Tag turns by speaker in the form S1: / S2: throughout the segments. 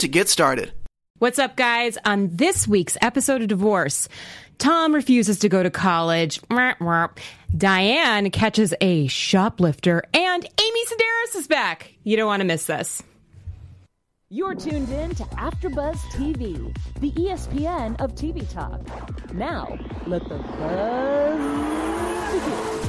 S1: to get started.
S2: What's up, guys? On this week's episode of Divorce, Tom refuses to go to college. Mwah, mwah. Diane catches a shoplifter, and Amy Sedaris is back. You don't want to miss this.
S3: You're tuned in to AfterBuzz TV, the E ESPN of TV talk. Now, let the buzz begin.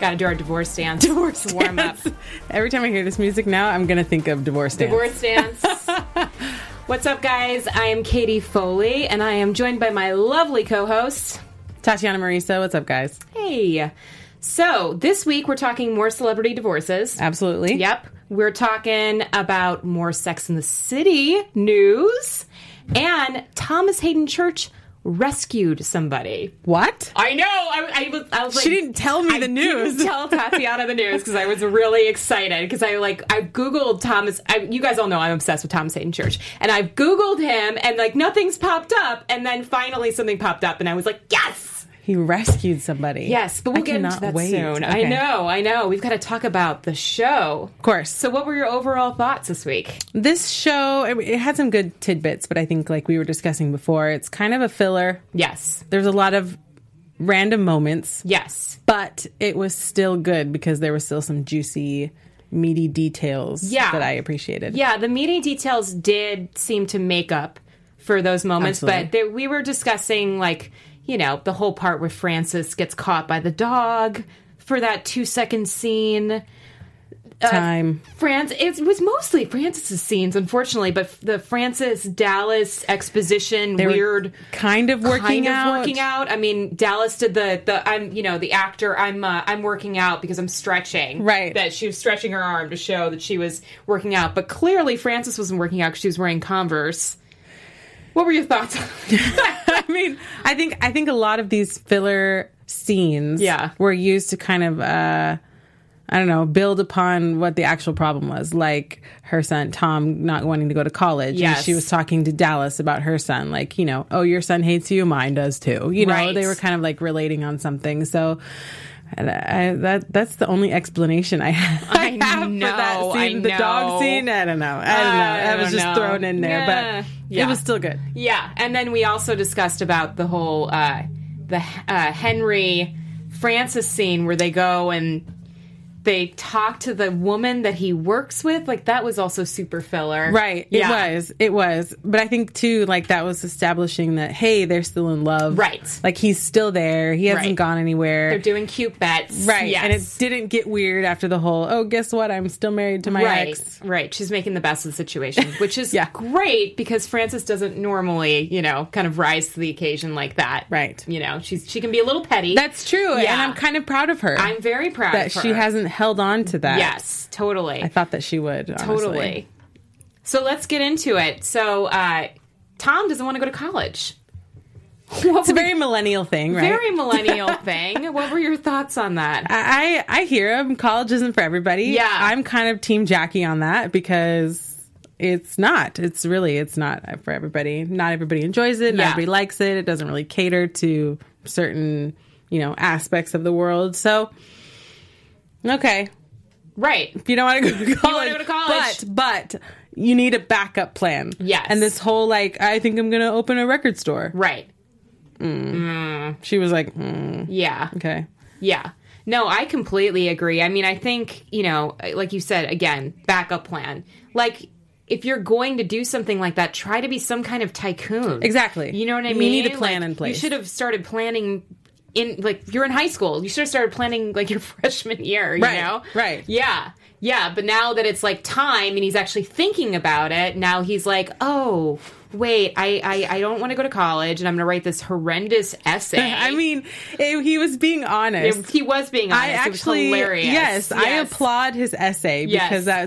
S2: Got to do our divorce dance. Divorce warm up.
S4: Every time I hear this music now, I'm going to think of divorce dance.
S2: Divorce dance. What's up, guys? I am Katie Foley, and I am joined by my lovely co-host.
S4: Tatiana Marisa, what's up, guys?
S2: Hey. So this week we're talking more celebrity divorces.
S4: Absolutely.
S2: Yep. We're talking about more Sex in the City news and Thomas Hayden Church rescued somebody.
S4: What?
S2: I know. I, I was, I was like,
S4: She didn't tell me
S2: I
S4: the news.
S2: Didn't tell Tatiana the news because I was really excited because I like I googled Thomas. I, you guys all know I'm obsessed with Thomas Hayden Church, and I've googled him, and like nothing's popped up, and then finally something popped up, and I was like, yes.
S4: He rescued somebody.
S2: Yes, but we'll
S4: I
S2: get into
S4: cannot
S2: that
S4: wait.
S2: soon. I
S4: Okay.
S2: know, I know. We've got to talk about the show. Of
S4: course.
S2: So, what were your overall thoughts this week?
S4: This show, it, it had some good tidbits, but I think, like we were discussing before, it's kind of a filler.
S2: Yes,
S4: There's a lot of random moments,
S2: yes,
S4: but it was still good because there was still some juicy, meaty details
S2: Yeah.
S4: that I appreciated.
S2: yeah. The meeting details did seem to make up for those moments,
S4: Absolutely.
S2: but there, we were discussing like you know the whole part where Francis gets caught by the dog for that two second scene.
S4: Time.
S2: France. It was mostly Francis's scenes, unfortunately, but the Francis Dallas exposition
S4: They were
S2: weird
S4: kind of working
S2: kind of
S4: out.
S2: working out. I mean, Dallas did the the I'm you know the actor I'm uh, I'm working out because I'm stretching.
S4: Right.
S2: That she was stretching her arm to show that she was working out, but clearly Frances wasn't working out because she was wearing Converse. What were your thoughts?
S4: I mean, I think I think a lot of these filler scenes
S2: Yeah.
S4: were used to kind of uh I don't know, build upon what the actual problem was, like her son Tom not wanting to go to college.
S2: Yes.
S4: And she was talking to Dallas about her son, like, you know, oh, your son hates you, mine does too. You know,
S2: Right.
S4: they were kind of like relating on something. So and I, I- that that's the only explanation I have,
S2: I
S4: have for
S2: know,
S4: that
S2: I
S4: scene, the
S2: know.
S4: dog scene. I don't know. I don't know.
S2: I
S4: That was
S2: don't
S4: just
S2: know.
S4: thrown in there,
S2: Yeah.
S4: but
S2: Yeah.
S4: it was still good.
S2: yeah, and then we also discussed about the whole uh, the uh, Henry Francis scene where they go and. They talk to the woman that he works with. Like, that was also super filler.
S4: Right. It was. It was. But I think too, like that was establishing that hey, they're still in love.
S2: Right.
S4: Like he's still there. He hasn't
S2: Right.
S4: gone anywhere.
S2: They're doing cute bets.
S4: right.
S2: Yes.
S4: And it didn't get weird after the whole, oh, guess what? I'm still married to my
S2: right.
S4: ex.
S2: Right. She's making the best of the situation, which is
S4: Yeah.
S2: great because Frances doesn't normally, you know, kind of rise to the occasion like that.
S4: Right.
S2: You know, she's she can be a little petty.
S4: That's true.
S2: Yeah.
S4: And I'm kind of proud of her.
S2: I'm very proud
S4: that
S2: of her.
S4: she hasn't held on to that.
S2: Yes, totally.
S4: I thought that she would. Honestly.
S2: totally. So let's get into it. So uh Tom doesn't want to go to college.
S4: It's a very millennial thing, right?
S2: Very millennial thing. What were your thoughts on that?
S4: I I hear him. College isn't for everybody.
S2: Yeah.
S4: I'm kind of team Jackie on that because it's not. It's really it's not for everybody. Not everybody enjoys it.
S2: Yeah.
S4: Not everybody likes it. It doesn't really cater to certain you know aspects of the world. So okay,
S2: right.
S4: if you don't want to go to college,
S2: go to college.
S4: but but you need a backup plan.
S2: Yes.
S4: And this whole like I think I'm gonna open a record store.
S2: Right.
S4: She was like, mm,
S2: Yeah.
S4: okay.
S2: Yeah. No, I completely agree. I mean, I think, you know, like you said, again, backup plan. Like, if you're going to do something like that, try to be some kind of tycoon.
S4: Exactly.
S2: You know what I
S4: You
S2: mean?
S4: need a plan
S2: Like,
S4: in place.
S2: You should have started planning in, like, you're in high school. You should have started planning, like, your freshman year, you
S4: Right,
S2: know?
S4: right.
S2: Yeah. Yeah. But now that it's, like, time and he's actually thinking about it, now he's like, oh, wait, I, I, I don't want to go to college and I'm going to write this horrendous essay.
S4: I mean, it, he was being honest.
S2: It- he was being honest.
S4: I
S2: It was
S4: actually,
S2: hilarious.
S4: Yes, I applaud his essay
S2: Yes.
S4: because that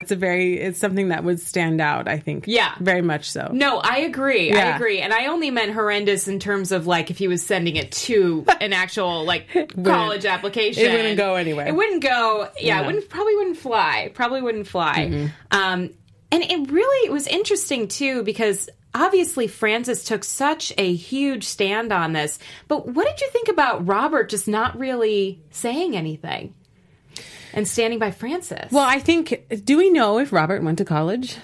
S4: It's a very it's something that would stand out, I think.
S2: Yeah.
S4: Very much so.
S2: No, I agree. I
S4: Yeah.
S2: agree. And I only meant horrendous in terms of like if he was sending it to an actual like college application.
S4: it wouldn't go anywhere.
S2: It wouldn't go. Yeah, it wouldn't probably wouldn't fly. Probably wouldn't fly.
S4: Mm-hmm.
S2: Um, and it really it was interesting too because obviously Francis took such a huge stand on this. But what did you think about Robert just not really saying anything and standing by Francis?
S4: Well, I think do we know if Robert went to college?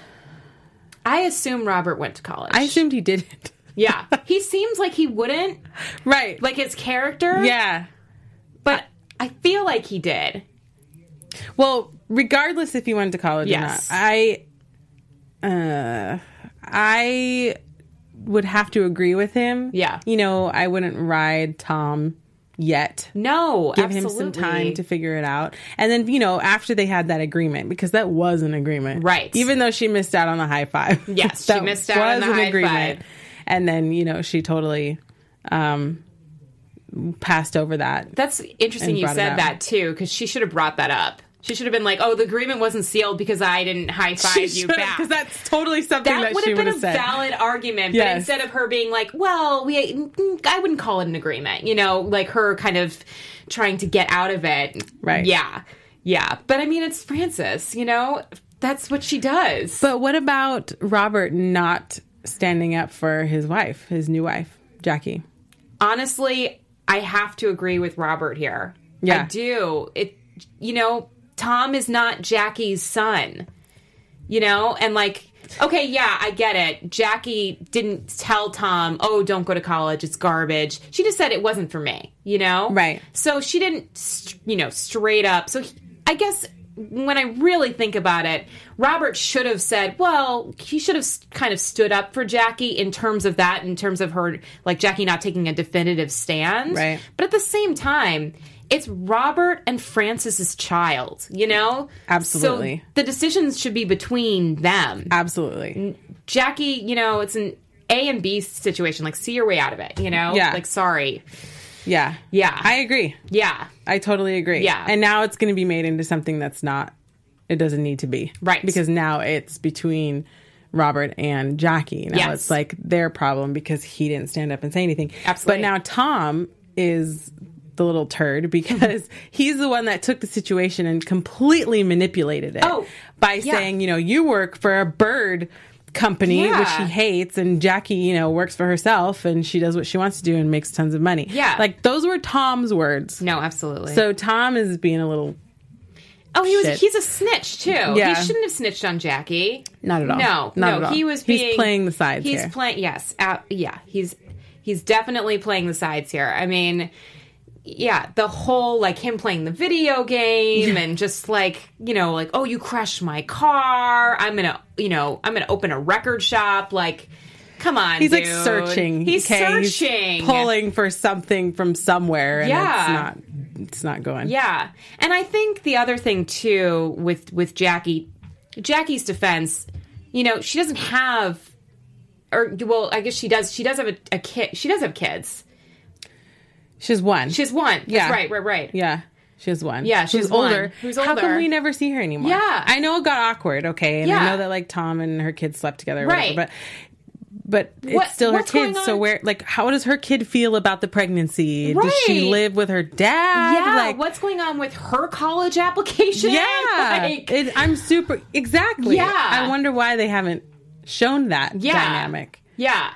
S2: I assume Robert went to college.
S4: I assumed he didn't.
S2: yeah, he seems like he wouldn't.
S4: Right.
S2: like his character.
S4: yeah.
S2: but I feel like he did.
S4: Well, regardless if he went to college
S2: Yes.
S4: or not, I uh I would have to agree with him.
S2: Yeah.
S4: You know, I wouldn't ride Tom yet.
S2: No,
S4: Give
S2: absolutely.
S4: him some time to figure it out. And then, you know, after they had that agreement, because that was an agreement.
S2: Right.
S4: Even though she missed out on the high five.
S2: Yes, she
S4: That
S2: missed out on
S4: was
S2: the
S4: an
S2: high
S4: agreement.
S2: five.
S4: And then, you know, she totally um passed over that.
S2: That's interesting.
S4: And
S2: You
S4: brought it
S2: said
S4: up.
S2: that too, because she should have brought that up. She should have been like, "Oh, the agreement wasn't sealed because I didn't high five you back."
S4: Because that's totally something
S2: that
S4: that,
S2: would
S4: she
S2: have
S4: would
S2: been a
S4: have said.
S2: valid argument, but
S4: Yes.
S2: instead of her being like, "Well, we," mm, I wouldn't call it an agreement. You know, like her kind of trying to get out of it.
S4: Right.
S2: Yeah. Yeah. But I mean, it's Frances. You know, that's what she does.
S4: But what about Robert not standing up for his wife, his new wife, Jackie?
S2: honestly, I have to agree with Robert here.
S4: Yeah.
S2: I do. It you know, Tom is not Jackie's son. You know, and like okay, yeah, I get it. Jackie didn't tell Tom, "Oh, don't go to college. It's garbage." She just said it wasn't for me, you know?
S4: Right.
S2: So she didn't, st- you know, straight up. So he, I guess when I really think about it, Robert should have said, well, he should have s- kind of stood up for Jackie in terms of that, in terms of her, like Jackie not taking a definitive stand.
S4: Right.
S2: But at the same time, it's Robert and Francis's child, you know?
S4: Absolutely.
S2: So the decisions should be between them.
S4: Absolutely.
S2: Jackie, you know, it's an A and B situation. Like, see your way out of it, you know?
S4: Yeah.
S2: Like, sorry.
S4: Yeah.
S2: Yeah.
S4: I agree.
S2: Yeah.
S4: I totally agree.
S2: Yeah.
S4: And now it's going to be made into something that's not, it doesn't need to be.
S2: Right.
S4: Because now it's between Robert and Jackie. Now
S2: Yes.
S4: it's like their problem because he didn't stand up and say anything.
S2: Absolutely.
S4: But now Tom is the little turd because he's the one that took the situation and completely manipulated it
S2: Oh,
S4: by
S2: yeah.
S4: saying, you know, you work for a bird company which
S2: Yeah.
S4: he hates and Jackie, you know, works for herself and she does what she wants to do and makes tons of money.
S2: Yeah.
S4: Like those were Tom's words.
S2: No, absolutely.
S4: So Tom is being a little
S2: Oh, he was
S4: Shit.
S2: he's a snitch too.
S4: Yeah.
S2: He shouldn't have snitched on Jackie.
S4: Not at all.
S2: No,
S4: Not
S2: no,
S4: at all.
S2: he was
S4: He's
S2: being
S4: playing the sides
S2: He's
S4: here.
S2: playing yes, uh, yeah, he's he's definitely playing the sides here. I mean, yeah, the whole like him playing the video game and just like, you know, like oh, you crashed my car. I'm going to, you know, I'm going to open a record shop like Come on,
S4: he's like
S2: dude.
S4: searching.
S2: He's
S4: okay?
S2: searching,
S4: pulling for something from somewhere and
S2: Yeah.
S4: it's not it's not going.
S2: Yeah. And I think the other thing too with with Jackie Jackie's defense, you know, she doesn't have or well, I guess she does she does have a, a kid she does have kids.
S4: She's one.
S2: She has one. That's
S4: Yeah.
S2: right, right, right.
S4: yeah. She has one.
S2: Yeah, she
S4: she's
S2: has one.
S4: older.
S2: Who's
S4: How
S2: older.
S4: come we never see her anymore?
S2: Yeah.
S4: I know it got awkward, okay, and
S2: Yeah.
S4: I know that like Tom and her kids slept together, or
S2: Right.
S4: Whatever, but but
S2: What-
S4: it's still her
S2: what's going
S4: kids. So
S2: on?
S4: where like how does her kid feel about the pregnancy? Does
S2: Right.
S4: she live with her dad?
S2: Yeah,
S4: like
S2: what's going on with her college application?
S4: Yeah,
S2: Like,
S4: It- I'm super exactly.
S2: Yeah.
S4: I wonder why they haven't shown that
S2: Yeah.
S4: dynamic.
S2: yeah.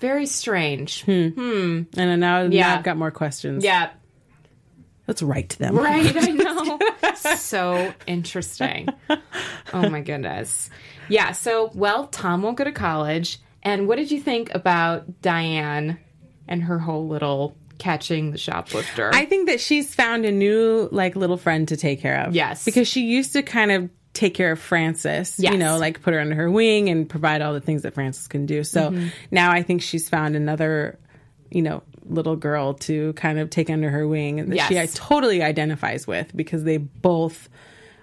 S2: Very strange.
S4: Hmm. And then now, now
S2: Yeah.
S4: I've got more questions.
S2: Yeah.
S4: let's write to them.
S2: Right, I know. so interesting. Oh my goodness. Yeah, so well, Tom won't go to college. And what did you think about Diane and her whole little catching the shoplifter?
S4: I think that she's found a new like little friend to take care of.
S2: Yes.
S4: because she used to kind of take care of Frances,
S2: Yes.
S4: you know, like put her under her wing and provide all the things that Frances can do. So
S2: Mm-hmm.
S4: now I think she's found another, you know, little girl to kind of take under her wing and that she
S2: Yes.
S4: I totally identifies with because they both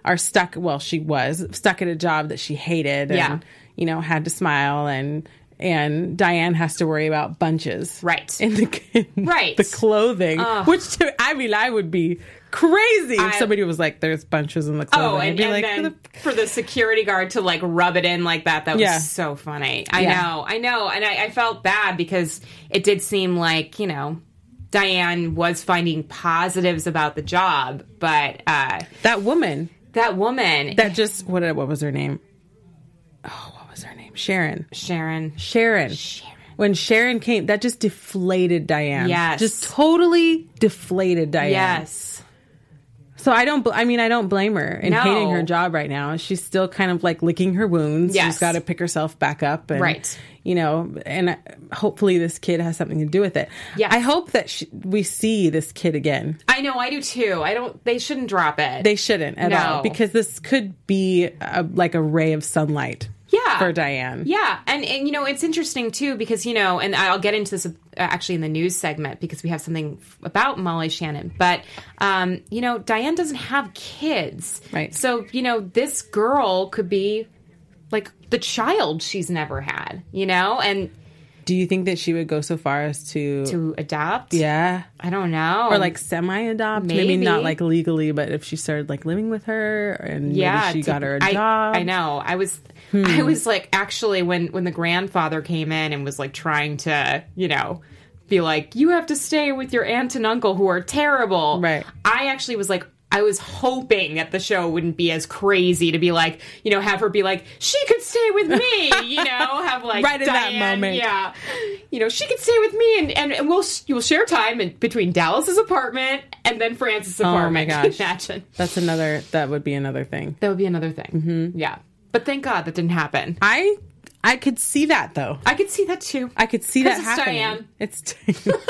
S4: are stuck. Well, she was stuck at a job that she hated and,
S2: Yeah.
S4: you know, had to smile and, and Diane has to worry about bunches
S2: Right.
S4: in the in
S2: Right.
S4: the clothing, which to, I mean, I would be crazy if
S2: I-
S4: somebody was like, "There's bunches in the clothing."
S2: Oh,
S4: I'd
S2: and,
S4: be
S2: and
S4: like,
S2: then
S4: "Who the f-
S2: for the security guard to like rub it in like that, that was
S4: Yeah.
S2: so funny. I
S4: Yeah.
S2: know, I know. And I, I felt bad because it did seem like, you know, Diane was finding positives about the job, but uh,
S4: that woman
S2: that woman,
S4: that just what what was her name? Oh, what was her name? Sharon.
S2: Sharon,
S4: Sharon. When Sharon came, that just deflated Diane.
S2: Yes.
S4: just totally deflated Diane.
S2: yes,
S4: So I don't. Bl- I mean, I don't blame her in
S2: No.
S4: hating her job right now. She's still kind of like licking her wounds.
S2: Yes.
S4: She's got to pick herself back up, and
S2: Right.
S4: You know, and uh, hopefully this kid has something to do with it.
S2: Yes.
S4: I hope that she, we see this kid again.
S2: I know, I do too. I don't. They shouldn't drop it.
S4: They shouldn't at
S2: No.
S4: all because this could be a, like a ray of sunlight.
S2: yeah
S4: for Diane.
S2: yeah and and you know it's interesting too because you know and i'll get into this uh, actually in the news segment because we have something f- about molly shannon but um you know diane doesn't have kids
S4: Right.
S2: so you know this girl could be like the child she's never had you know and
S4: Do you think that she would go so far as to,
S2: to adopt
S4: yeah,
S2: i don't know
S4: or like semi-adopt? Maybe.
S2: Maybe.
S4: not like legally, but if she started like living with her and maybe she
S2: to-
S4: got her a
S2: I-
S4: job. Hmm.
S2: I, know. I was I was like actually when when the grandfather came in and was like trying to, you know, be like, You have to stay with your aunt and uncle who are terrible.
S4: Right.
S2: I actually was like I was hoping that the show wouldn't be as crazy to be like, you know, have her be like, she could stay with me, you know, have like
S4: Right in that
S2: Diane-
S4: moment.
S2: yeah, you know, she could stay with me, and and, and we'll sh- you'll share time in, between Dallas's apartment and then Francis's
S4: Oh my
S2: apartment.
S4: gosh.
S2: Imagine.
S4: That's another. That would be another thing.
S2: That would be another thing. Mm-hmm. Yeah. But thank God that didn't happen. I,
S4: I I could see that though.
S2: could see that too.
S4: I could see
S2: 'Cause
S4: that
S2: it's
S4: happening.
S2: Diane.
S4: It's Diane.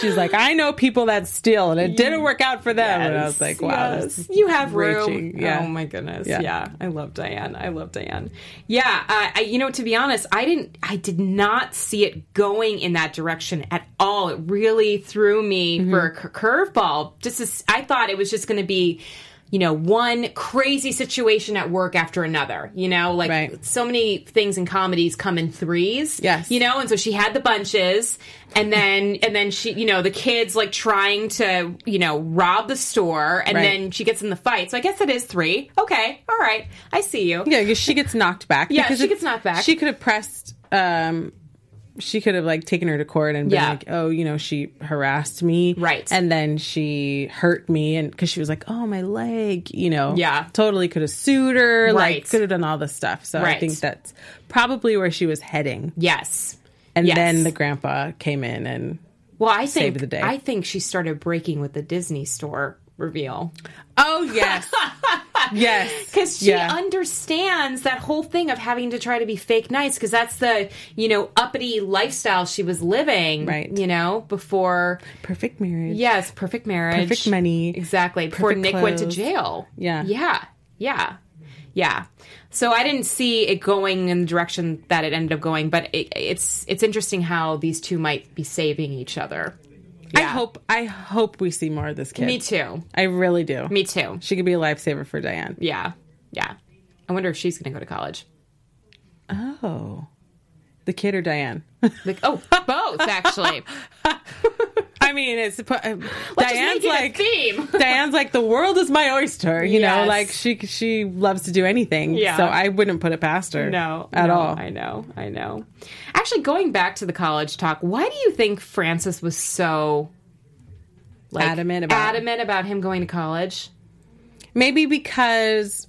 S4: She's like, I know people that steal, and it didn't work out for them. and I was like, wow,
S2: Yes.
S4: this is
S2: you have room.
S4: reaching. Yeah.
S2: Oh my goodness. Yeah.
S4: Yeah.
S2: I love Diane. I love Diane. Yeah. Uh, I, you know, to be honest, I didn't. I did not see it going in that direction at all. It really threw me
S4: Mm-hmm.
S2: for a cur- curveball. Just as, I thought it was just going to be. You know, one crazy situation at work after another. You know, like
S4: Right.
S2: so many things in comedies come in threes.
S4: Yes.
S2: You know, and so she had the bunches and then and then she you know, the kids like trying to, you know, rob the store and
S4: Right.
S2: then she gets in the fight. So I guess that is three. Okay. All right. I see you.
S4: yeah. Because she gets knocked back.
S2: Yeah,
S4: because
S2: she
S4: if-
S2: gets knocked back.
S4: She could have pressed. um she could have like taken her to court and been
S2: Yeah.
S4: like, "Oh, you know, she harassed me,
S2: Right.
S4: And then she hurt me, and because she was like, "Oh, my leg," you know,
S2: Yeah.
S4: totally could have sued her,
S2: Right.
S4: like could have done all this stuff. So
S2: Right.
S4: I think that's probably where she was heading.
S2: Yes.
S4: And
S2: Yes.
S4: then the grandpa came in and
S2: Well, I think
S4: Saved the day.
S2: I think she started breaking with the Disney store reveal.
S4: Oh yes. yes.
S2: because she
S4: Yeah.
S2: understands that whole thing of having to try to be fake nice because that's the you know uppity lifestyle she was living
S4: Right.
S2: you know before
S4: perfect marriage.
S2: yes perfect marriage
S4: Perfect money.
S2: exactly before
S4: Perfect
S2: nick went to
S4: clothes.
S2: jail
S4: Yeah.
S2: yeah yeah yeah so i didn't see it going in the direction that it ended up going but it, it's it's interesting how these two might be saving each other
S4: I
S2: Yeah.
S4: hope I hope we see more of this kid.
S2: me too
S4: I really do.
S2: me too
S4: She could be a lifesaver for Diane.
S2: yeah yeah i wonder if she's gonna go to college
S4: Oh. The kid or Diane?
S2: like oh both actually
S4: I mean, it's suppo-
S2: Diane's
S4: Diane's
S2: like
S4: like
S2: theme.
S4: Diane's like the world is my oyster, you know,
S2: Yes.
S4: like she she loves to do anything.
S2: Yeah.
S4: So I wouldn't put it past her.
S2: No,
S4: At
S2: no,
S4: all.
S2: I know, I know. Actually, going back to the college talk, why do you think Francis was so like,
S4: Adamant about-
S2: adamant about him going to college?
S4: maybe because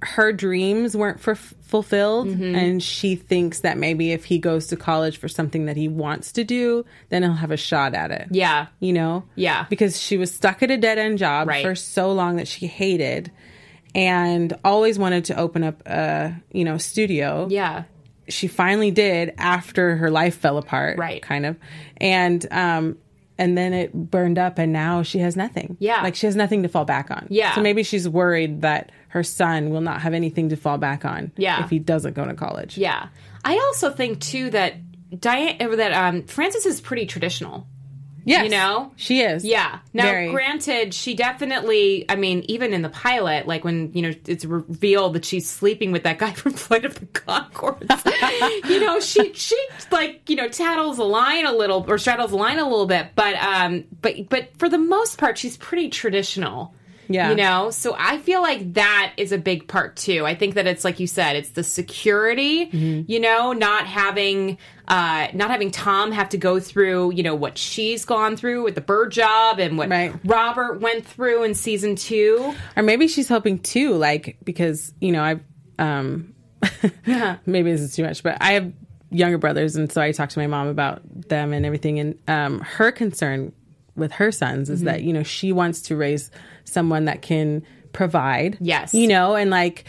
S4: her dreams weren't for fulfilled
S2: Mm-hmm.
S4: and she thinks that maybe if he goes to college for something that he wants to do then he'll have a shot at it
S2: Yeah,
S4: you know
S2: Yeah.
S4: because she was stuck at a dead-end job
S2: Right.
S4: for so long that she hated and always wanted to open up a you know studio
S2: yeah,
S4: she finally did after her life fell apart
S2: Right.
S4: kind of and um and then it burned up and now she has nothing
S2: Yeah.
S4: like she has nothing to fall back on
S2: Yeah.
S4: so maybe she's worried that her son will not have anything to fall back on
S2: Yeah.
S4: if he doesn't go to college.
S2: Yeah. I also think too that Diane or that um Frances is pretty traditional.
S4: Yes.
S2: You know?
S4: She is.
S2: Yeah. Now,
S4: Very.
S2: granted, she definitely, I mean, even in the pilot, like when, you know, it's revealed that she's sleeping with that guy from Flight of the Concords, you know, she, she, like, you know, tattles a line a little or straddles the line a little bit. But, um, but, but for the most part, she's pretty traditional.
S4: Yeah.
S2: You know, so I feel like that is a big part too. I think that it's like you said, it's the security,
S4: Mm-hmm.
S2: you know, not having uh not having Tom have to go through, you know, what she's gone through with the bird job and what
S4: Right.
S2: Robert went through in season 2.
S4: or maybe she's hoping too like because you know i've um maybe this is too much but i have younger brothers and so i talked to my mom about them and everything and um her concern with her sons is that you know she wants to raise someone that can provide
S2: Yes.
S4: you know and like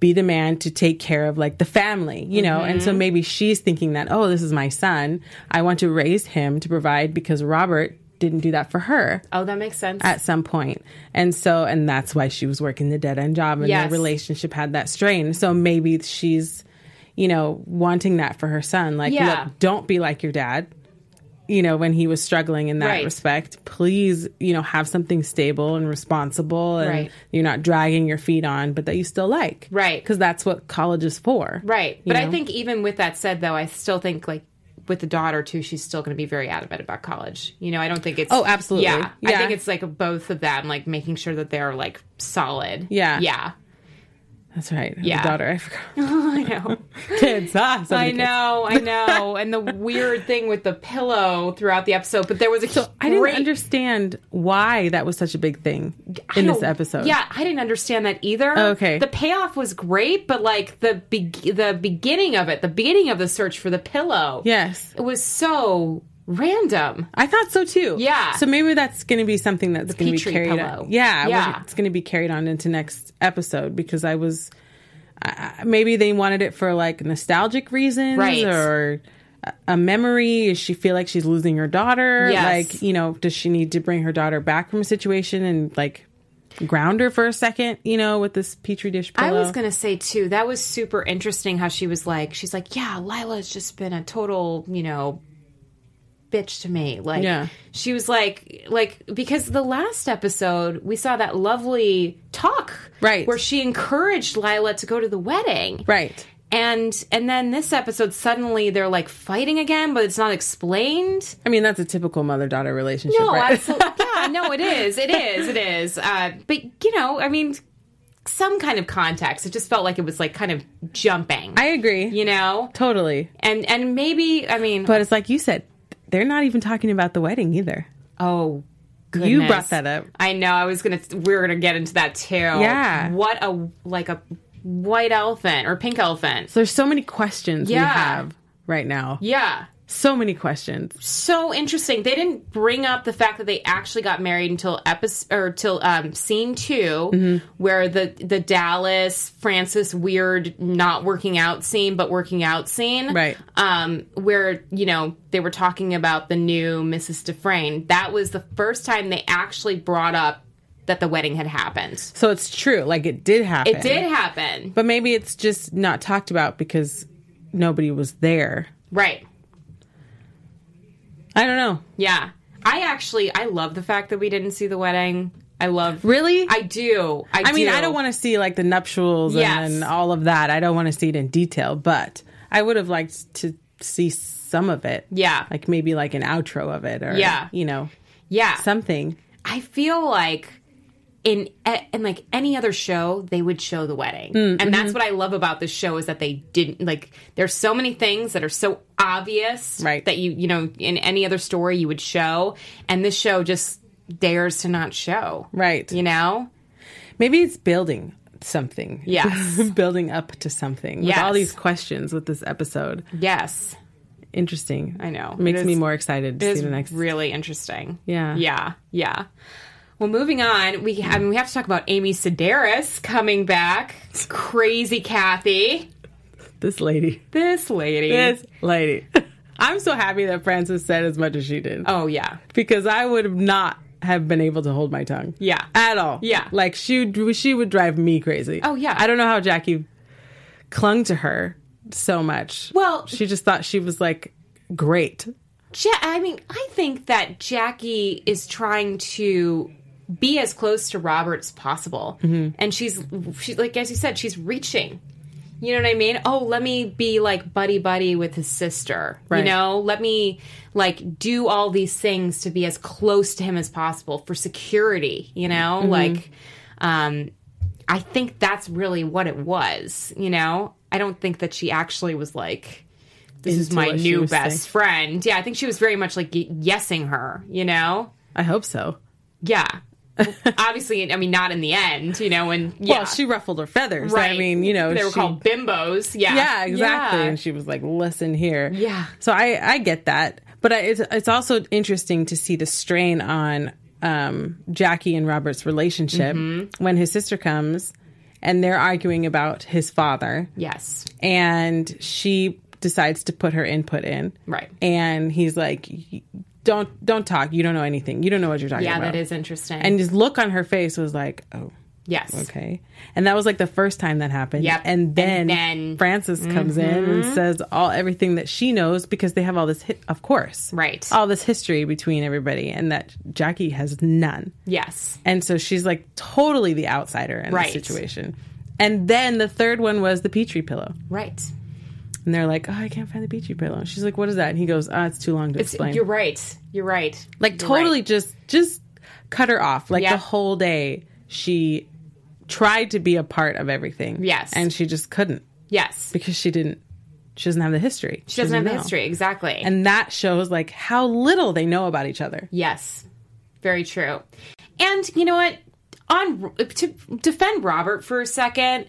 S4: be the man to take care of like the family you know and so maybe she's thinking that oh this is my son i want to raise him to provide because robert didn't do that for her
S2: Oh, that makes sense.
S4: at some point. And so, and that's why she was working the dead end job and
S2: Yes.
S4: their relationship had that strain. So maybe she's, you know, wanting that for her son. Like,
S2: Yeah.
S4: look, don't be like your dad, you know, when he was struggling in that
S2: Right.
S4: respect. Please, you know, have something stable and responsible and
S2: Right.
S4: you're not dragging your feet on, but that you still like.
S2: Right.
S4: Because that's what college is for.
S2: right.
S4: you
S2: But I
S4: know?
S2: think even with that said though, I still think like with the daughter too, she's still going to be very adamant about college. You know, I don't think it's
S4: Oh, absolutely.
S2: Yeah, I
S4: Yeah.
S2: think it's like both of them, like making sure that they're like solid.
S4: Yeah.
S2: yeah,
S4: That's right.
S2: Yeah.
S4: The daughter, I forgot.
S2: I know.
S4: kids. Ah, so many
S2: I
S4: kids.
S2: know, I know. And the weird thing with the pillow throughout the episode, but there was a
S4: I didn't
S2: great-
S4: understand why that was such a big thing
S2: I
S4: in this
S2: don't-
S4: episode.
S2: Yeah, I didn't understand that either.
S4: okay.
S2: The payoff was great, but like the be- the beginning of it, the beginning of the search for the pillow.
S4: Yes.
S2: It was so random.
S4: I thought so too.
S2: Yeah.
S4: So maybe that's going to be something that's going to be
S2: Petri
S4: carried
S2: pillow.
S4: on. Yeah.
S2: Yeah.
S4: well, It's going to be carried on into next episode because I was I I- maybe they wanted it for like nostalgic reasons
S2: Right.
S4: or a- a memory. Does she feel like she's losing her daughter?
S2: Yes.
S4: Like, you know, does she need to bring her daughter back from a situation and like ground her for a second, you know, with this petri dish pillow?
S2: I was gonna say too. That was super interesting. How she was like, she's like, yeah, Lila's just been a total, you know, bitch to me. Like,
S4: Yeah.
S2: she was like, like because the last episode we saw that lovely talk,
S4: Right.
S2: where she encouraged Lila to go to the wedding,
S4: Right.
S2: and and then this episode suddenly they're like fighting again, but it's not explained.
S4: I mean, that's a typical mother daughter relationship,
S2: No,
S4: right?
S2: absolutely. Yeah, no, it is. It is. It is. Uh, but you know, I mean, some kind of context. It just felt like it was like kind of jumping.
S4: I agree.
S2: You know,
S4: Totally.
S2: and and maybe I mean,
S4: But it's like you said, they're not even talking about the wedding either.
S2: oh. Goodness.
S4: You brought that up.
S2: I know. I was gonna. We were gonna get into that too.
S4: Yeah.
S2: What a like a white elephant or pink elephant.
S4: So there's so many questions we
S2: Yeah.
S4: have right now.
S2: yeah.
S4: So many questions.
S2: So interesting. They didn't bring up the fact that they actually got married until episode or till um, scene 2
S4: Mm-hmm.
S2: where the the Dallas Francis weird not working out scene, but working out scene,
S4: Right.
S2: Um, where you know they were talking about the new Mrs. Dufresne. That was the first time they actually brought up that the wedding had happened.
S4: So it's true. Like it did happen.
S2: It did happen,
S4: But maybe it's just not talked about because nobody was there.
S2: right?
S4: I don't know.
S2: Yeah. I actually I love the fact that we didn't see the wedding. I love
S4: Really?
S2: I do. I,
S4: I mean,
S2: do.
S4: I don't want to see like the nuptials
S2: Yes.
S4: and, and all of that. I don't want to see it in detail, but I would have liked to see some of it.
S2: Yeah.
S4: Like maybe like an outro of it or,
S2: Yeah.
S4: you know,
S2: Yeah.
S4: something.
S2: I feel like in in like any other show, they would show the wedding,
S4: Mm,
S2: and that's
S4: mm-hmm.
S2: what I love about this show is that they didn't like. There's so many things that are so obvious,
S4: Right.
S2: That you you know in any other story you would show, and this show just dares to not show,
S4: Right.
S2: You know,
S4: Maybe it's building something.
S2: Yes.
S4: building up to something. With
S2: Yes.
S4: all these questions with this episode.
S2: yes,
S4: Interesting.
S2: I know.
S4: Makes
S2: It
S4: me
S2: is-
S4: more excited to
S2: it
S4: see
S2: is
S4: the next.
S2: really interesting.
S4: Yeah.
S2: yeah, yeah. Well, moving on, we I mean we have to talk about Amy Sedaris coming back, crazy Kathy,
S4: this lady.
S2: this lady,
S4: This lady. I'm so happy that Frances said as much as she did.
S2: Oh yeah.
S4: Because I would have not have been able to hold my tongue.
S2: Yeah.
S4: At all.
S2: Yeah.
S4: Like she would- she would drive me crazy.
S2: Oh, yeah.
S4: I don't know how Jackie clung to her so much.
S2: Well-
S4: she just thought she was like great.
S2: Ja- I mean, I think that Jackie is trying to be as close to Robert as possible, and she's she's like as you said, she's reaching. You know what I mean? Oh, let me be like buddy buddy with his sister.
S4: Right.
S2: You know, let me like do all these things to be as close to him as possible for security. You know, like um, I think that's really what it was. You know, I don't think that she actually was like this is
S4: Into
S2: my
S4: what she
S2: new
S4: was
S2: best friend. Yeah, I think she was very much like y- yesing her, you know?
S4: I hope so.
S2: Yeah. Obviously, I mean, not in the end, you know, and yeah.
S4: Well, she ruffled her feathers.
S2: right.
S4: I mean, you know,
S2: they were
S4: she-
S2: called bimbos. Yeah.
S4: Yeah, exactly.
S2: Yeah.
S4: And she was like, "Listen here."
S2: Yeah.
S4: So I I get that, but I, it's it's also interesting to see the strain on um, Jackie and Robert's relationship
S2: Mm-hmm.
S4: when his sister comes and they're arguing about his father,
S2: Yes.
S4: and she decides to put her input in.
S2: Right.
S4: And he's like, "Y- "Don't don't talk. You don't know anything. You don't know what you're talking
S2: Yeah,
S4: about."
S2: that is interesting.
S4: And his look on her face was like, "Oh."
S2: yes.
S4: Okay. And that was like the first time that happened.
S2: Yep.
S4: And then,
S2: And then- Mm-hmm.
S4: Frances comes in and says all everything that she knows because they have all this hi- of course.
S2: Right.
S4: All this history between everybody and that Jackie has none.
S2: Yes.
S4: And so she's like totally the outsider in
S2: Right.
S4: the situation. And then the third one was the Petri pillow.
S2: Right.
S4: And they're like, "Oh, I can't find the Petri pillow." And she's like, "What is that?" And he goes, "Ah, it's too long to
S2: It's-
S4: explain."
S2: you're right. You're right.
S4: like
S2: You're
S4: totally
S2: right.
S4: just just cut her off like
S2: Yeah.
S4: the whole day she tried to be a part of everything
S2: Yes.
S4: and she just couldn't
S2: Yes.
S4: because she didn't she doesn't have the history
S2: She doesn't have the
S4: know.
S2: history. Exactly.
S4: and that shows like how little they know about each other
S2: Yes, very true. And you know what? On to defend Robert for a second,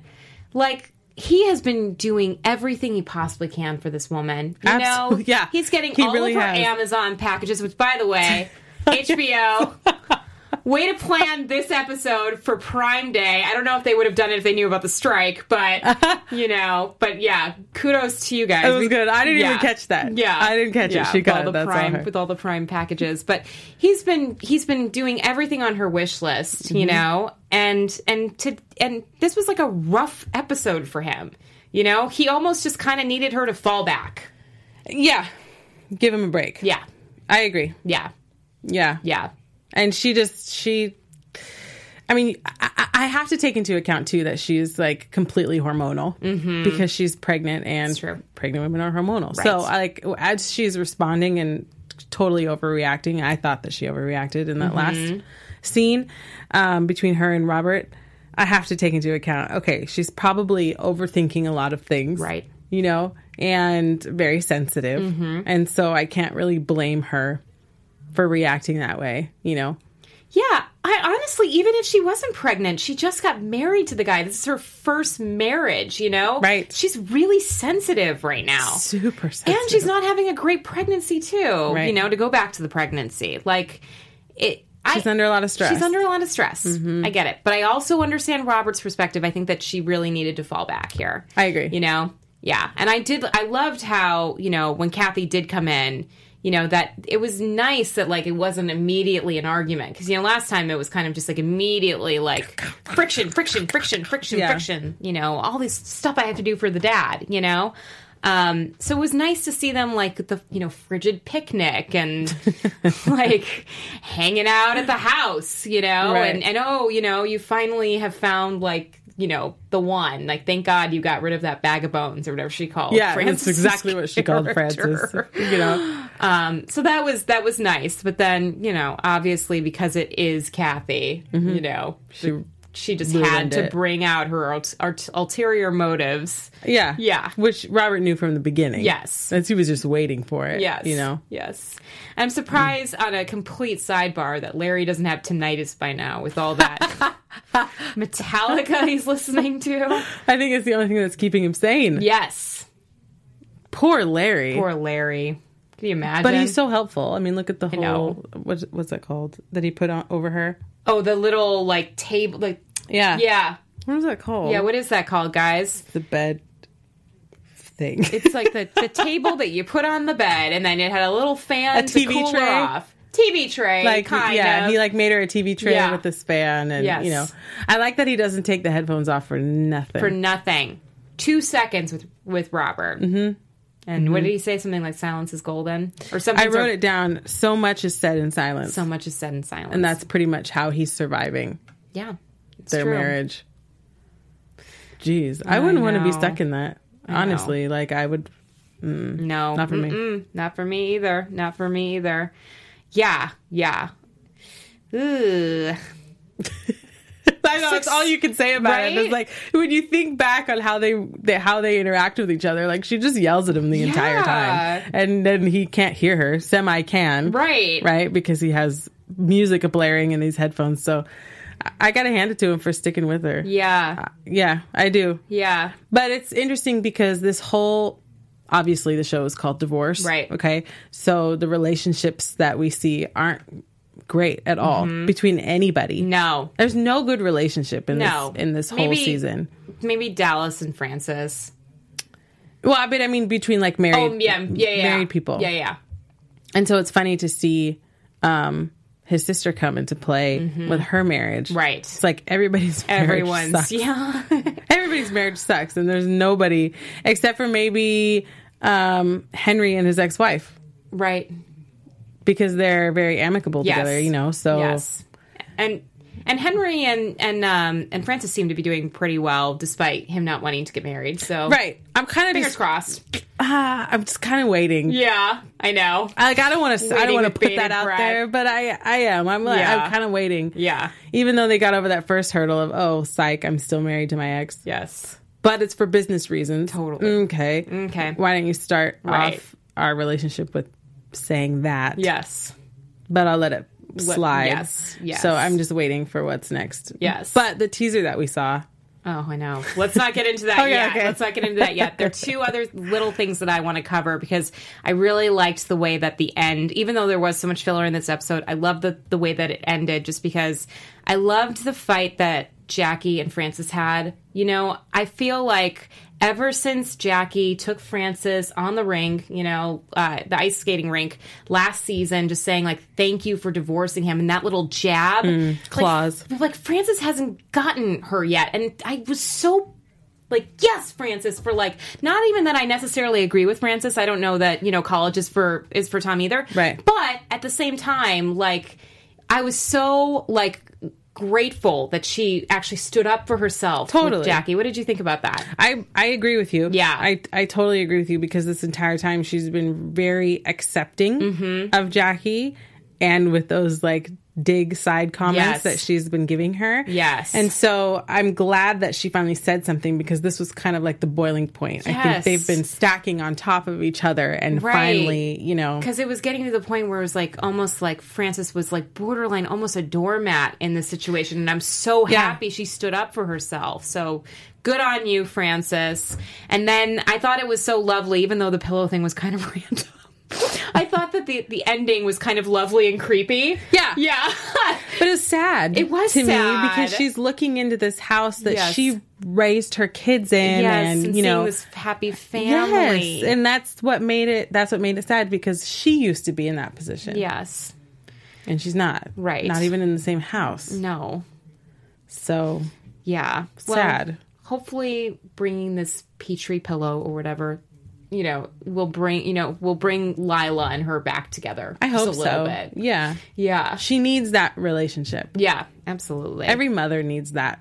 S2: like he has been doing everything he possibly can for this woman. You know,
S4: Absolutely, yeah.
S2: he's getting
S4: He
S2: all
S4: really
S2: of her
S4: has.
S2: Amazon packages. Which, by the way, HBO. Way to plan this episode for Prime Day. I don't know if they would have done it if they knew about the strike, but you know, but yeah, kudos to you guys.
S4: It was
S2: We-
S4: good. I didn't even
S2: yeah.
S4: catch that.
S2: Yeah,
S4: I didn't catch it.
S2: Yeah,
S4: She got
S2: with
S4: it.
S2: all the
S4: That's on
S2: prime
S4: her.
S2: with all the prime packages. But he's been he's been doing everything on her wish list,
S4: Mm-hmm.
S2: you know, and and to and this was like a rough episode for him. You know, he almost just kind of needed her to fall back.
S4: yeah give him a break
S2: Yeah,
S4: i agree
S2: yeah,
S4: yeah
S2: yeah,
S4: and she just she i mean I, I- I have to take into account too that she's like completely hormonal because she's pregnant and
S2: true.
S4: pregnant women are hormonal so I, like as she's responding and totally overreacting i thought that she overreacted in that last scene um, between her and robert i have to take into account okay she's probably overthinking a lot of things
S2: Right. Mm-hmm.
S4: you know and very sensitive and so i can't really blame her for reacting that way, you know.
S2: yeah. I honestly, even if she wasn't pregnant, she just got married to the guy. This is her first marriage. You know,
S4: Right.
S2: She's really sensitive right now.
S4: Super sensitive.
S2: and she's not having a great pregnancy too.
S4: Right.
S2: You know, to go back to the pregnancy, like it.
S4: She's
S2: I,
S4: under a lot of stress. Mm-hmm.
S2: She's under a lot of stress. I get it, but I also understand Robert's perspective. I think that she really needed to fall back here.
S4: I agree.
S2: You know, yeah, and I did. I loved how you know when Kathy did come in. You know that it was nice that like it wasn't immediately an argument because you know last time it was kind of just like immediately like friction, friction, friction, friction,
S4: Yeah.
S2: friction. You know all this stuff I have to do for the dad. You know. Um, so it was nice to see them like at the you know frigid picnic and like hanging out at the house, you know,
S4: Right.
S2: and, and oh, you know, you finally have found like, you know, the one. Like, thank God you got rid of that bag of bones or whatever she called.
S4: yeah,
S2: Frances'
S4: that's exactly what she called
S2: character.
S4: Francis. You know,
S2: Um, so that was that was nice, but then you know, obviously because it is Kathy, you know, she she just had
S4: Mm-hmm. ruined
S2: to
S4: it.
S2: bring out her ult- art- ulterior motives.
S4: yeah,
S2: Yeah.
S4: Which Robert knew from the beginning.
S2: Yes.
S4: that he was just waiting for it.
S2: Yes.
S4: you know.
S2: Yes. I'm surprised on a complete sidebar that Larry doesn't have tinnitus by now with all that Metallica he's listening to.
S4: I think it's the only thing that's keeping him sane.
S2: Yes.
S4: Poor Larry.
S2: Poor Larry. Can you imagine?
S4: but he's so helpful. I mean, look at the
S2: know.
S4: whole what's what's that called that he put on over her.
S2: Oh, the little like table like
S4: Yeah,
S2: yeah.
S4: What was that called?
S2: Yeah, what is that called, guys?
S4: the bed thing?
S2: It's like the, the table that you put on the bed and then it had a little fan
S4: A
S2: to
S4: TV
S2: cool her
S4: tray?
S2: off. TV tray,
S4: like
S2: kind
S4: yeah,
S2: of.
S4: he like made her a TV tray
S2: Yeah.
S4: with this fan, and
S2: Yes.
S4: you know, I like that he doesn't take the headphones off for nothing.
S2: for nothing. Two seconds with with Robert. Mm-hmm. And what did he say? Something like "silence is golden" or something.
S4: I wrote it down. So much is said in silence,
S2: So much is said in silence,
S4: and that's pretty much how he's surviving
S2: yeah, it's
S4: their
S2: true.
S4: marriage. Jeez, I wouldn't want to be
S2: know.
S4: stuck in that. Honestly, like I would.
S2: No,
S4: Not for me.
S2: me. Not for me either. Not for me either. Yeah, yeah. Ugh.
S4: I know that's all you can say about it.
S2: Right?
S4: It's like when you think back on how they, they how they interact with each other. Like she just yells at him the entire
S2: Yeah.
S4: time, and then he can't hear her. Semi can,
S2: Right.
S4: right, because he has music blaring in these headphones. So I, I got to hand it to him for sticking with her. Uh,
S2: Yeah,
S4: yeah, I do.
S2: yeah.
S4: But it's interesting because this whole obviously the show is called Divorce.
S2: Right.
S4: Okay. So the relationships that we see aren't great at all
S2: Mm-hmm.
S4: between anybody.
S2: No,
S4: There's no good relationship in
S2: No.
S4: this in this whole
S2: Maybe-
S4: season.
S2: maybe Dallas and Francis.
S4: Well, I mean I mean between like married
S2: Oh, yeah, yeah, yeah.
S4: married people.
S2: Yeah, yeah.
S4: And so it's funny to see um his sister come into play with her marriage.
S2: Mm-hmm. Right.
S4: It's like everybody's marriage
S2: Everyone's
S4: sucks.
S2: yeah.
S4: everybody's marriage sucks and there's nobody except for maybe um, henry and his ex-wife
S2: right.
S4: because they're very amicable
S2: Yes.
S4: together you know so
S2: yes, and and Henry and and um and Francis seem to be doing pretty well despite him not wanting to get married. So
S4: right i'm kind of
S2: fingers
S4: just
S2: crossed.
S4: ah, i'm just kind of waiting
S2: Yeah, I know.
S4: like i don't want to i
S2: Waiting
S4: don't want
S2: with
S4: to put
S2: bated
S4: that out
S2: breath.
S4: there but i i am i'm like
S2: Yeah.
S4: i'm kind of waiting
S2: Yeah.
S4: even though they got over that first hurdle of oh psych i'm still married to my ex
S2: Yes.
S4: but it's for business reasons
S2: Totally.
S4: okay
S2: Okay.
S4: why don't you start
S2: Right.
S4: off our relationship with saying that
S2: Yes.
S4: but I'll let it slide.
S2: yes, yes.
S4: So I'm just waiting for what's next.
S2: Yes.
S4: But the teaser that we saw,
S2: Oh, I know. Let's not get into that
S4: Okay,
S2: yet.
S4: okay.
S2: Let's not get into that yet. There are two other little things that I want to cover because I really liked the way that the end, even though there was so much filler in this episode, I loved the, the way that it ended just because I loved the fight that Jackie and Francis had. You know, I feel like ever since Jackie took Francis on the rink, you know, uh, the ice skating rink last season, just saying, like, thank you for divorcing him, and that little jab, like,
S4: Mm, claws.
S2: but, like Francis hasn't gotten her yet, and I was so like yes francis for like not even that i necessarily agree with francis i don't know that you know college is for is for tom either
S4: Right.
S2: but at the same time like i was so like grateful that she actually stood up for herself with
S4: Totally.
S2: jackie what did you think about that
S4: I I agree with you.
S2: Yeah.
S4: I I totally agree with you because this entire time she's been very accepting
S2: Mm-hmm.
S4: of Jackie, and with those like dig side
S2: Yes.
S4: comments that she's been giving her.
S2: Yes.
S4: And so I'm glad that she finally said something because this was kind of like the boiling point. I
S2: Yes.
S4: think they've been stacking on top of each other and
S2: Right.
S4: finally, you know,
S2: because it was getting to the point where it was like almost like Frances was like borderline almost a doormat in this situation, and I'm so
S4: Yeah.
S2: happy she stood up for herself. So good on you, Frances. And then I thought it was so lovely, even though the pillow thing was kind of random. I thought that the the ending was kind of lovely and creepy.
S4: Yeah.
S2: yeah,
S4: But it's sad.
S2: It was
S4: to
S2: sad.
S4: me because she's looking into this house that
S2: Yes.
S4: she raised her kids in,
S2: yes,
S4: and, you know,
S2: seeing this happy family.
S4: yes, and that's what made it. That's what made it sad because she used to be in that position,
S2: yes,
S4: and she's not,
S2: Right. Mm.
S4: Not even in the same house.
S2: no,
S4: So
S2: yeah, Well,
S4: sad.
S2: hopefully bringing this petri pillow or whatever you know will bring you know will bring lila and her back together
S4: I hope
S2: just a little
S4: so.
S2: bit
S4: Yeah,
S2: yeah
S4: she needs that relationship.
S2: yeah absolutely
S4: Every mother needs that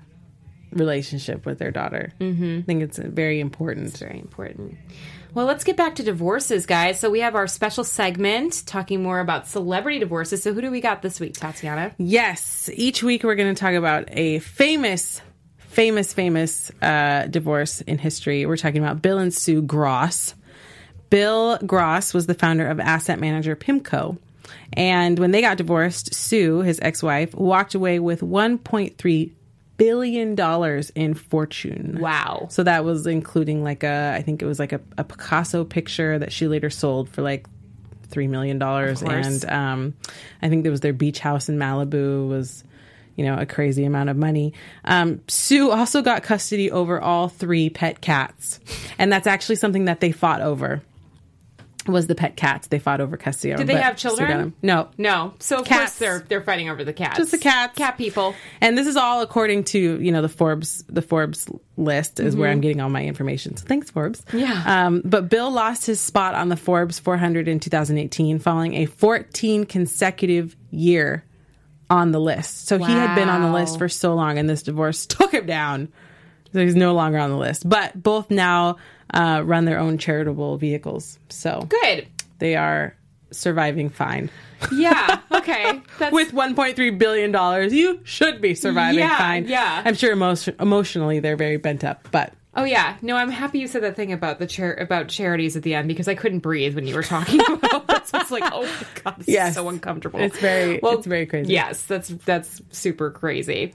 S4: relationship with their daughter. Mm-hmm. I think it's very important.
S2: very important well let's get back to divorces guys so we have our special segment talking more about celebrity divorces so who do we got this week tatiana
S4: Yes. Each week we're going to talk about a famous, famous, famous uh, divorce in history. We're talking about Bill and Sue Gross. Bill Gross was the founder of asset manager PIMCO. And when they got divorced, Sue, his ex wife, walked away with $1.3 billion in fortune.
S2: wow
S4: So that was including like a, I think it was like a, a Picasso picture that she later sold for like three million dollars,
S2: course.
S4: and um, I think there was their beach house in Malibu was, you know, a crazy amount of money. Um, Sue also got custody over all three pet cats, and that's actually something that they fought over. was the pet cats. They fought over custody.
S2: Did they have children?
S4: No,
S2: No. So of
S4: Cats.
S2: course they're they're fighting over the cats.
S4: Just the cats.
S2: Cat people.
S4: And this is all according to you know the Forbes the Forbes list is where I'm getting all my information. So thanks Forbes.
S2: Mm-hmm. Yeah.
S4: Um, but Bill lost his spot on the Forbes 400 in 2018, following a 14 consecutive year on the list. So he had been on the list
S2: Wow.
S4: for so long, and this divorce took him down. So he's no longer on the list. But both now uh, run their own charitable vehicles. So
S2: Good.
S4: they are surviving fine.
S2: Yeah. Okay. That's
S4: with 1.3 billion dollars you should be surviving
S2: Yeah,
S4: fine
S2: yeah.
S4: i'm sure emotion- emotionally they're very bent up but
S2: Oh yeah. No, I'm happy you said that thing about the chair about charities at the end because I couldn't breathe when you were talking about this. It's like, oh my god, this
S4: Yes.
S2: is so uncomfortable.
S4: It's very- it's very crazy.
S2: Yes, that's that's super crazy.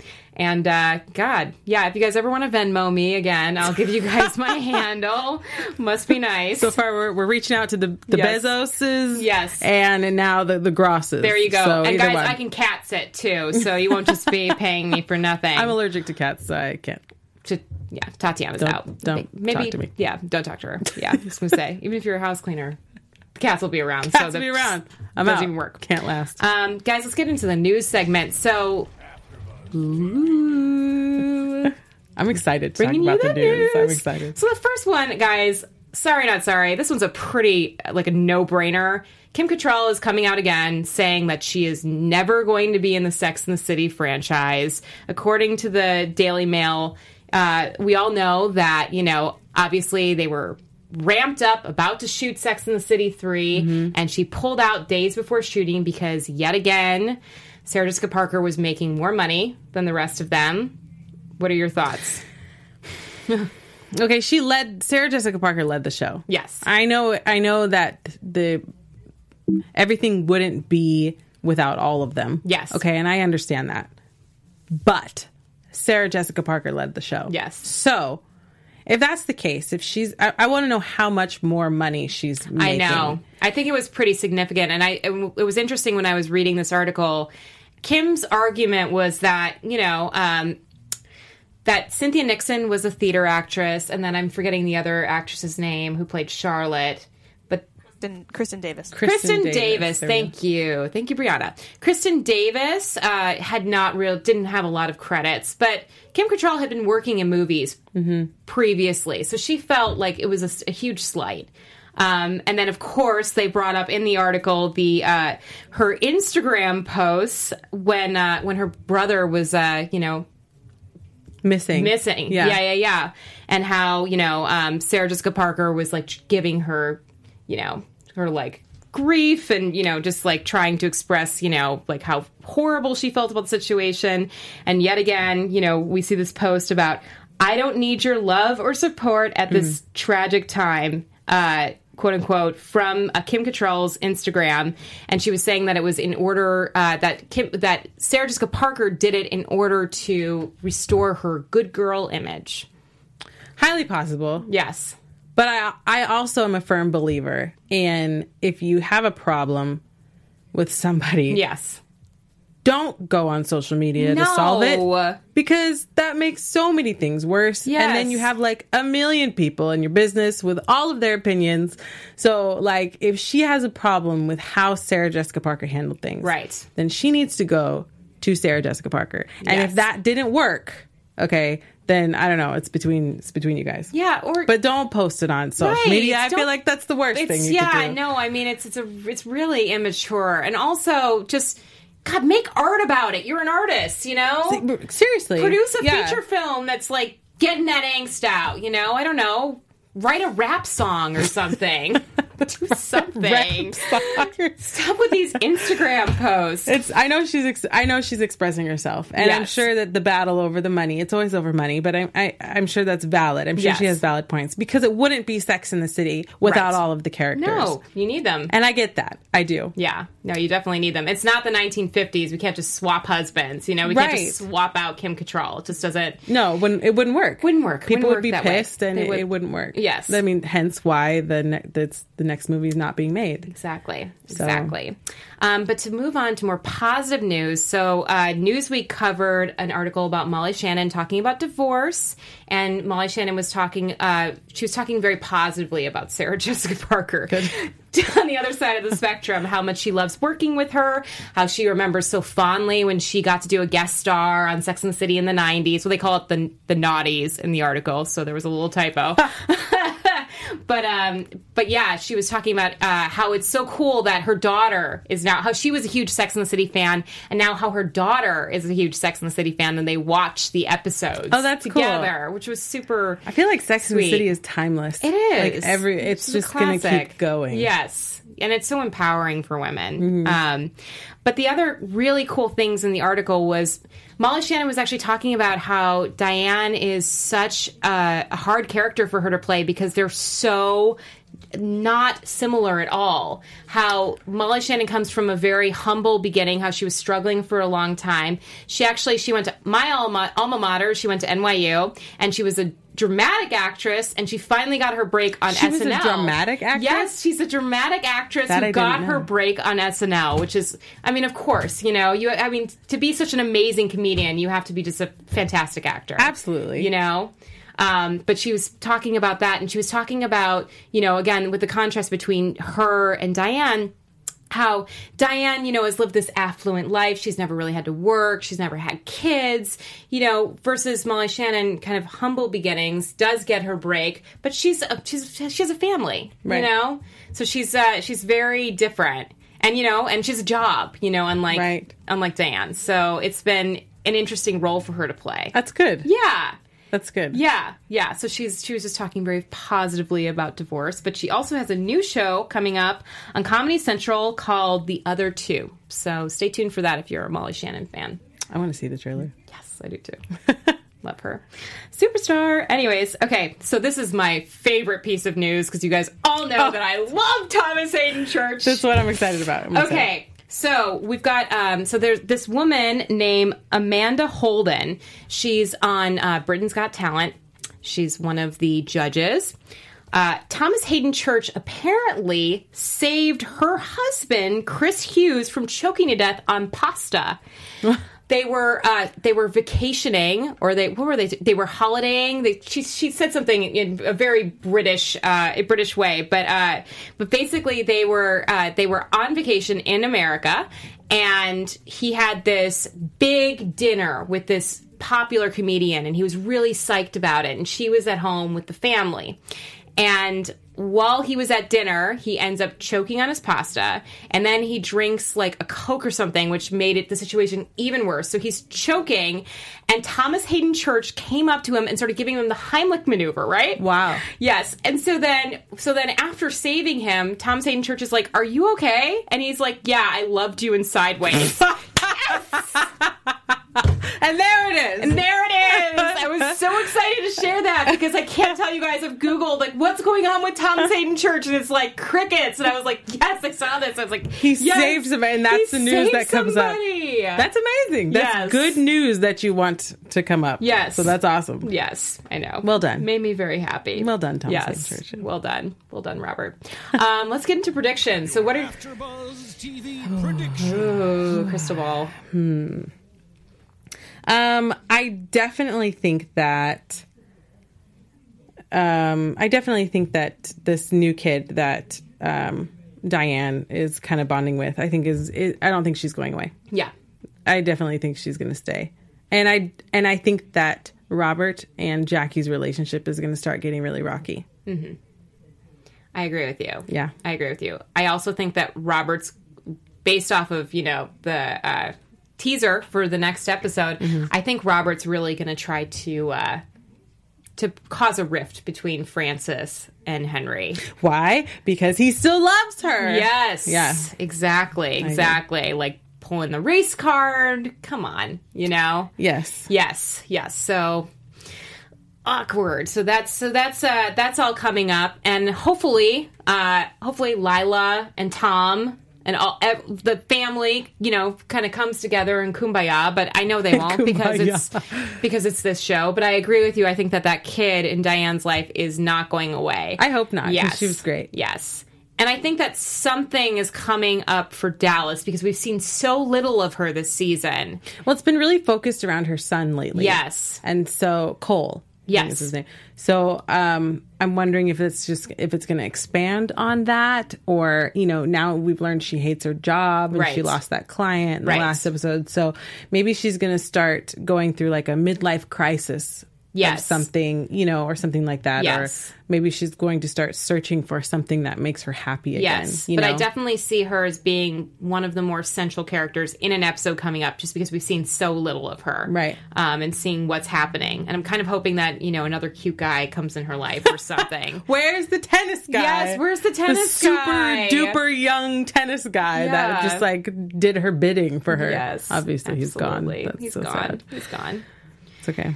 S2: And uh God, yeah, if you guys ever want to Venmo me again, I'll give you guys my handle. Must be nice.
S4: so far we're, we're reaching out to the, the
S2: Yes.
S4: bezoses
S2: Yes.
S4: and now the, the grosses
S2: there you go.
S4: So
S2: and
S4: either
S2: guys,
S4: one.
S2: I can cat sit too, so you won't just be paying me for nothing.
S4: i'm allergic to cats so i can't
S2: to yeah, Tatiana's
S4: Don't-
S2: out.
S4: don't
S2: maybe
S4: talk to me.
S2: yeah, don't talk to her. Yeah, I was gonna say even if you're a house cleaner, the cats will be around.
S4: cats
S2: so
S4: be
S2: that
S4: around i'm
S2: doesn't
S4: out.
S2: even work.
S4: can't last
S2: Um, guys, let's get into the news segment. So, Ooh.
S4: i'm excited to talk
S2: bringing you
S4: about the
S2: the
S4: news. i'm
S2: news.
S4: excited
S2: So the first one, guys, sorry not sorry. This one's a pretty like a no-brainer. Kim Cattrall is coming out again saying that she is never going to be in the Sex and the City franchise. According to the Daily Mail, uh, we all know that, you know, obviously they were ramped up about to shoot Sex and the City 3
S4: Mm-hmm.
S2: and she pulled out days before shooting because yet again Sarah Jessica Parker was making more money than the rest of them. What are your thoughts?
S4: okay she led sarah jessica parker led the show
S2: Yes.
S4: I know I know that the everything wouldn't be without all of them.
S2: Yes.
S4: Okay, and I understand that. But Sarah Jessica Parker led the show.
S2: Yes.
S4: So if that's the case, if she's I, I want to know how much more money she's making.
S2: I know. I think it was pretty significant, and I it w- it was interesting when I was reading this article. Kim's argument was that you know um, that Cynthia Nixon was a theater actress, and then I'm forgetting the other actress's name who played Charlotte, but
S5: Kristen, Kristen Davis.
S2: Kristen,
S4: Davis.
S2: Davis.
S4: There we
S2: Thank you, thank you, Brianna. Kristen Davis uh, had not real didn't have a lot of credits, but Kim Cattrall had been working in movies previously, so she felt like it was a s- a, huge slight. Um, and then, of course, they brought up in the article the uh, her Instagram posts when uh, when her brother was uh, you know
S4: Missing.
S2: missing.
S4: Yeah.
S2: Yeah. yeah, yeah, And how you know um, Sarah Jessica Parker was like giving her, you know, her like grief and you know just like trying to express you know like how horrible she felt about the situation and yet again you know we see this post about i don't need your love or support at this tragic time uh quote unquote from uh, kim Cattrall's instagram and she was saying that it was in order uh, that kim that sarah jessica parker did it in order to restore her good girl image
S4: Highly possible.
S2: yes
S4: But I I also am a firm believer in if you have a problem with somebody,
S2: yes
S4: don't go on social media to
S2: No.
S4: solve it because that makes so many things worse. And then
S2: Yes.
S4: you have like a million people in your business with all of their opinions. So, like, if she has a problem with how Sarah Jessica Parker handled things,
S2: Right.
S4: then she needs to go to Sarah Jessica Parker. And
S2: Yes.
S4: if that didn't work, okay, then I don't know. It's between it's between you guys.
S2: yeah or
S4: But don't post it on social
S2: Right.
S4: media. I feel
S2: Don't-
S4: like that's the worst
S2: it's
S4: thing you
S2: yeah
S4: could do.
S2: no i mean it's it's a it's really immature and also just god make art about it you're an artist you know
S4: Seriously.
S2: produce a
S4: Yeah.
S2: feature film that's like getting that angst out you know i don't know write a rap song or something do something stop with these instagram posts
S4: It's. I know she's. Ex- I know she's expressing herself, and I'm
S2: Yes.
S4: sure that the battle over the money. It's always over money, but I'm. I, I'm sure that's valid. I'm sure she
S2: Yes.
S4: has valid points because it wouldn't be Sex in the City without
S2: Right.
S4: all of the characters.
S2: no you need them
S4: and I get that. I do.
S2: yeah no you definitely need them it's not the 1950s we can't just swap husbands you know we can't just
S4: Right.
S2: swap out kim Cattrall. it just doesn't
S4: No, when it wouldn't work.
S2: Wouldn't work. Wouldn't
S4: People would
S2: work
S4: be
S2: that way.
S4: pissed, and
S2: They
S4: it,
S2: would-
S4: it wouldn't work.
S2: Yes.
S4: I mean, hence why the ne- that's the next movie's not being made.
S2: Exactly. Exactly. Um, but to move on to more positive news, so uh, Newsweek covered an article about Molly Shannon talking about divorce, and Molly Shannon was talking. Uh, she was talking very positively about Sarah Jessica Parker. On the other side of the spectrum, how much she loves working with her, how she remembers so fondly when she got to do a guest star on Sex and the City in the '90s. So they call it the the naughties in the article. So there was a little typo. but um but yeah she was talking about uh, how it's so cool that her daughter is now how she was a huge sex and the city fan and now how her daughter is a huge sex and the city fan and they watch the episodes
S4: Oh, that's cool.
S2: together which was super
S4: I feel like Sex and
S2: Sweet.
S4: the City is timeless.
S2: it is
S4: Like every, it's
S2: a
S4: just going to
S2: classic.
S4: keep going. Mm-hmm.
S2: Yes, and it's so empowering for women. Um, but the other really cool things in the article was Molly Shannon was actually talking about how Diane is such a, a hard character for her to play because they're so not similar at all. How Molly Shannon comes from a very humble beginning, how she was struggling for a long time. She actually she went to my alma alma mater, she went to NYU, and she was a dramatic actress, and she finally got her break on
S4: She
S2: SNL.
S4: was a dramatic actress?
S2: Yes, she's a dramatic actress
S4: That
S2: who
S4: I
S2: got
S4: didn't
S2: her
S4: know.
S2: break on SNL, which is, I mean, of course, you know, you, I mean, to be such an amazing comedian, you have to be just a fantastic actor.
S4: Absolutely.
S2: You know? Um, but she was talking about that, and she was talking about, you know, again, with the contrast between her and Diane how Diane, you know, has lived this affluent life. She's never really had to work. She's never had kids, you know, versus Molly Shannon, kind of humble beginnings, does get her break, but she's a, she's she has a family,
S4: Right.
S2: you know, so she's uh, she's very different, and you know, and she's a job, you know, unlike
S4: Right.
S2: unlike Diane. So it's been an interesting role for her to play.
S4: That's good.
S2: yeah.
S4: That's good.
S2: Yeah, yeah. So she's she was just talking very positively about divorce, but she also has a new show coming up on Comedy Central called The Other Two. So stay tuned for that if you're a Molly Shannon fan.
S4: I want to see the trailer.
S2: Yes, I do too. Love her. Superstar. Anyways, okay, so this is my favorite piece of news because you guys all know that I love Thomas Hayden Church.
S4: That's what I'm excited about. I'm excited.
S2: Okay. So we've got um, so there's this woman named Amanda Holden. She's on uh, Britain's Got Talent. She's one of the judges. Uh, Thomas Hayden Church apparently saved her husband Chris Hughes from choking to death on pasta. They were uh, they were vacationing, or they what were they? They were holidaying. They, she she said something in a very British uh, a British way, but uh, but basically they were uh, they were on vacation in America, and he had this big dinner with this popular comedian, and he was really psyched about it. And she was at home with the family, and while he was at dinner, he ends up choking on his pasta, and then he drinks like a Coke or something, which made it the situation even worse. So he's choking, and Thomas Hayden Church came up to him and started giving him the Heimlich maneuver, right?
S4: Wow.
S2: Yes. And so then so then after saving him, Thomas Hayden Church is like, Are you okay? And he's like, Yeah, I loved you in sideways.
S4: And there it is.
S2: And there it is. I was so excited to share that because I can't tell you guys. I've Googled like what's going on with Thomas Hayden Church, and it's like crickets. And I was like, yes, I saw this. I was like,
S4: He saved somebody, and that's the news that comes
S2: up.
S4: up. That's amazing.
S2: Yes.
S4: That's good news that you want to come up.
S2: Yes.
S4: So that's awesome.
S2: yes, I know.
S4: Well done.
S2: Made me very happy.
S4: Well done, Thomas
S2: yes.
S4: Hayden Church.
S2: Well done. Well done, Robert. um, let's get into predictions. So what are oh,
S5: AfterBuzz TV prediction.
S2: Ooh, crystal ball?
S4: Um, I definitely think that. Um, I definitely think that this new kid that um, Diane is kind of bonding with, I think is, is I don't think she's going away.
S2: Yeah.
S4: I definitely think she's going to stay. And I and I think that Robert and Jackie's relationship is going to start getting really rocky.
S2: I agree with you.
S4: Yeah.
S2: I agree with you. I also think that Robert's, based off of you know the uh, teaser for the next episode,
S4: Mm-hmm.
S2: I think Robert's really going to try to uh, to cause a rift between Francis and Henry.
S4: Why? Because he still loves her.
S2: Yes.
S4: Yeah.
S2: Exactly. Exactly. Like pulling the race card. Come on. You know.
S4: Yes.
S2: Yes, yes. So awkward. So that's so that's uh that's all coming up, and hopefully, uh, hopefully Lila and Tom and all ev- the family, you know, kind of comes together in kumbaya. But I know they won't because it's because it's this show. But I agree with you. I think that that kid in Diane's life is not going away.
S4: I hope not. 'cause
S2: Yes,
S4: She was great.
S2: Yes. And I think that something is coming up for Dallas because we've seen so little of her this season.
S4: Well, it's been really focused around her son lately.
S2: Yes.
S4: And so Cole. I think
S2: Yes.
S4: is his name. So um, I'm wondering if it's just if it's going to expand on that, or you know, now we've learned she hates her job and she
S2: Right.
S4: lost that client in
S2: Right.
S4: the last episode. So maybe she's going to start going through like a midlife crisis. of
S2: Yes.
S4: something you know, or something like that.
S2: Yes.
S4: Or maybe she's going to start searching for something that makes her happy again.
S2: Yes,
S4: you
S2: but I
S4: know?
S2: definitely see her as being one of the more central characters in an episode coming up, just because we've seen so little of her,
S4: Right.
S2: Um, and seeing what's happening, and I'm kind of hoping that you know another cute guy comes in her life or something.
S4: Where's the tennis guy?
S2: Yes, where's the tennis
S4: super
S2: guy?
S4: duper young tennis guy that
S2: Yeah.
S4: just like did her bidding for her.
S2: yes,
S4: obviously he's gone.
S2: absolutely.
S4: That's
S2: He's
S4: so
S2: gone.
S4: sad.
S2: He's gone.
S4: It's okay.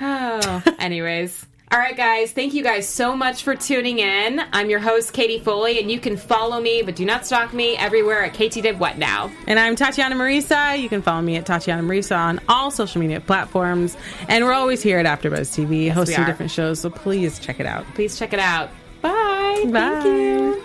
S2: Oh, anyways. All right, guys. Thank you guys so much for tuning in. I'm your host, Katie Foley, and you can follow me, but do not stalk me everywhere at KT Did What Now.
S4: And I'm Tatiana Marisa. You can follow me at Tatiana Marisa on all social media platforms. And we're always here at AfterBuzz TV, hosting
S2: are.
S4: different shows. So please check it out.
S2: Please check it out. Bye.
S4: Bye.
S2: Thank you.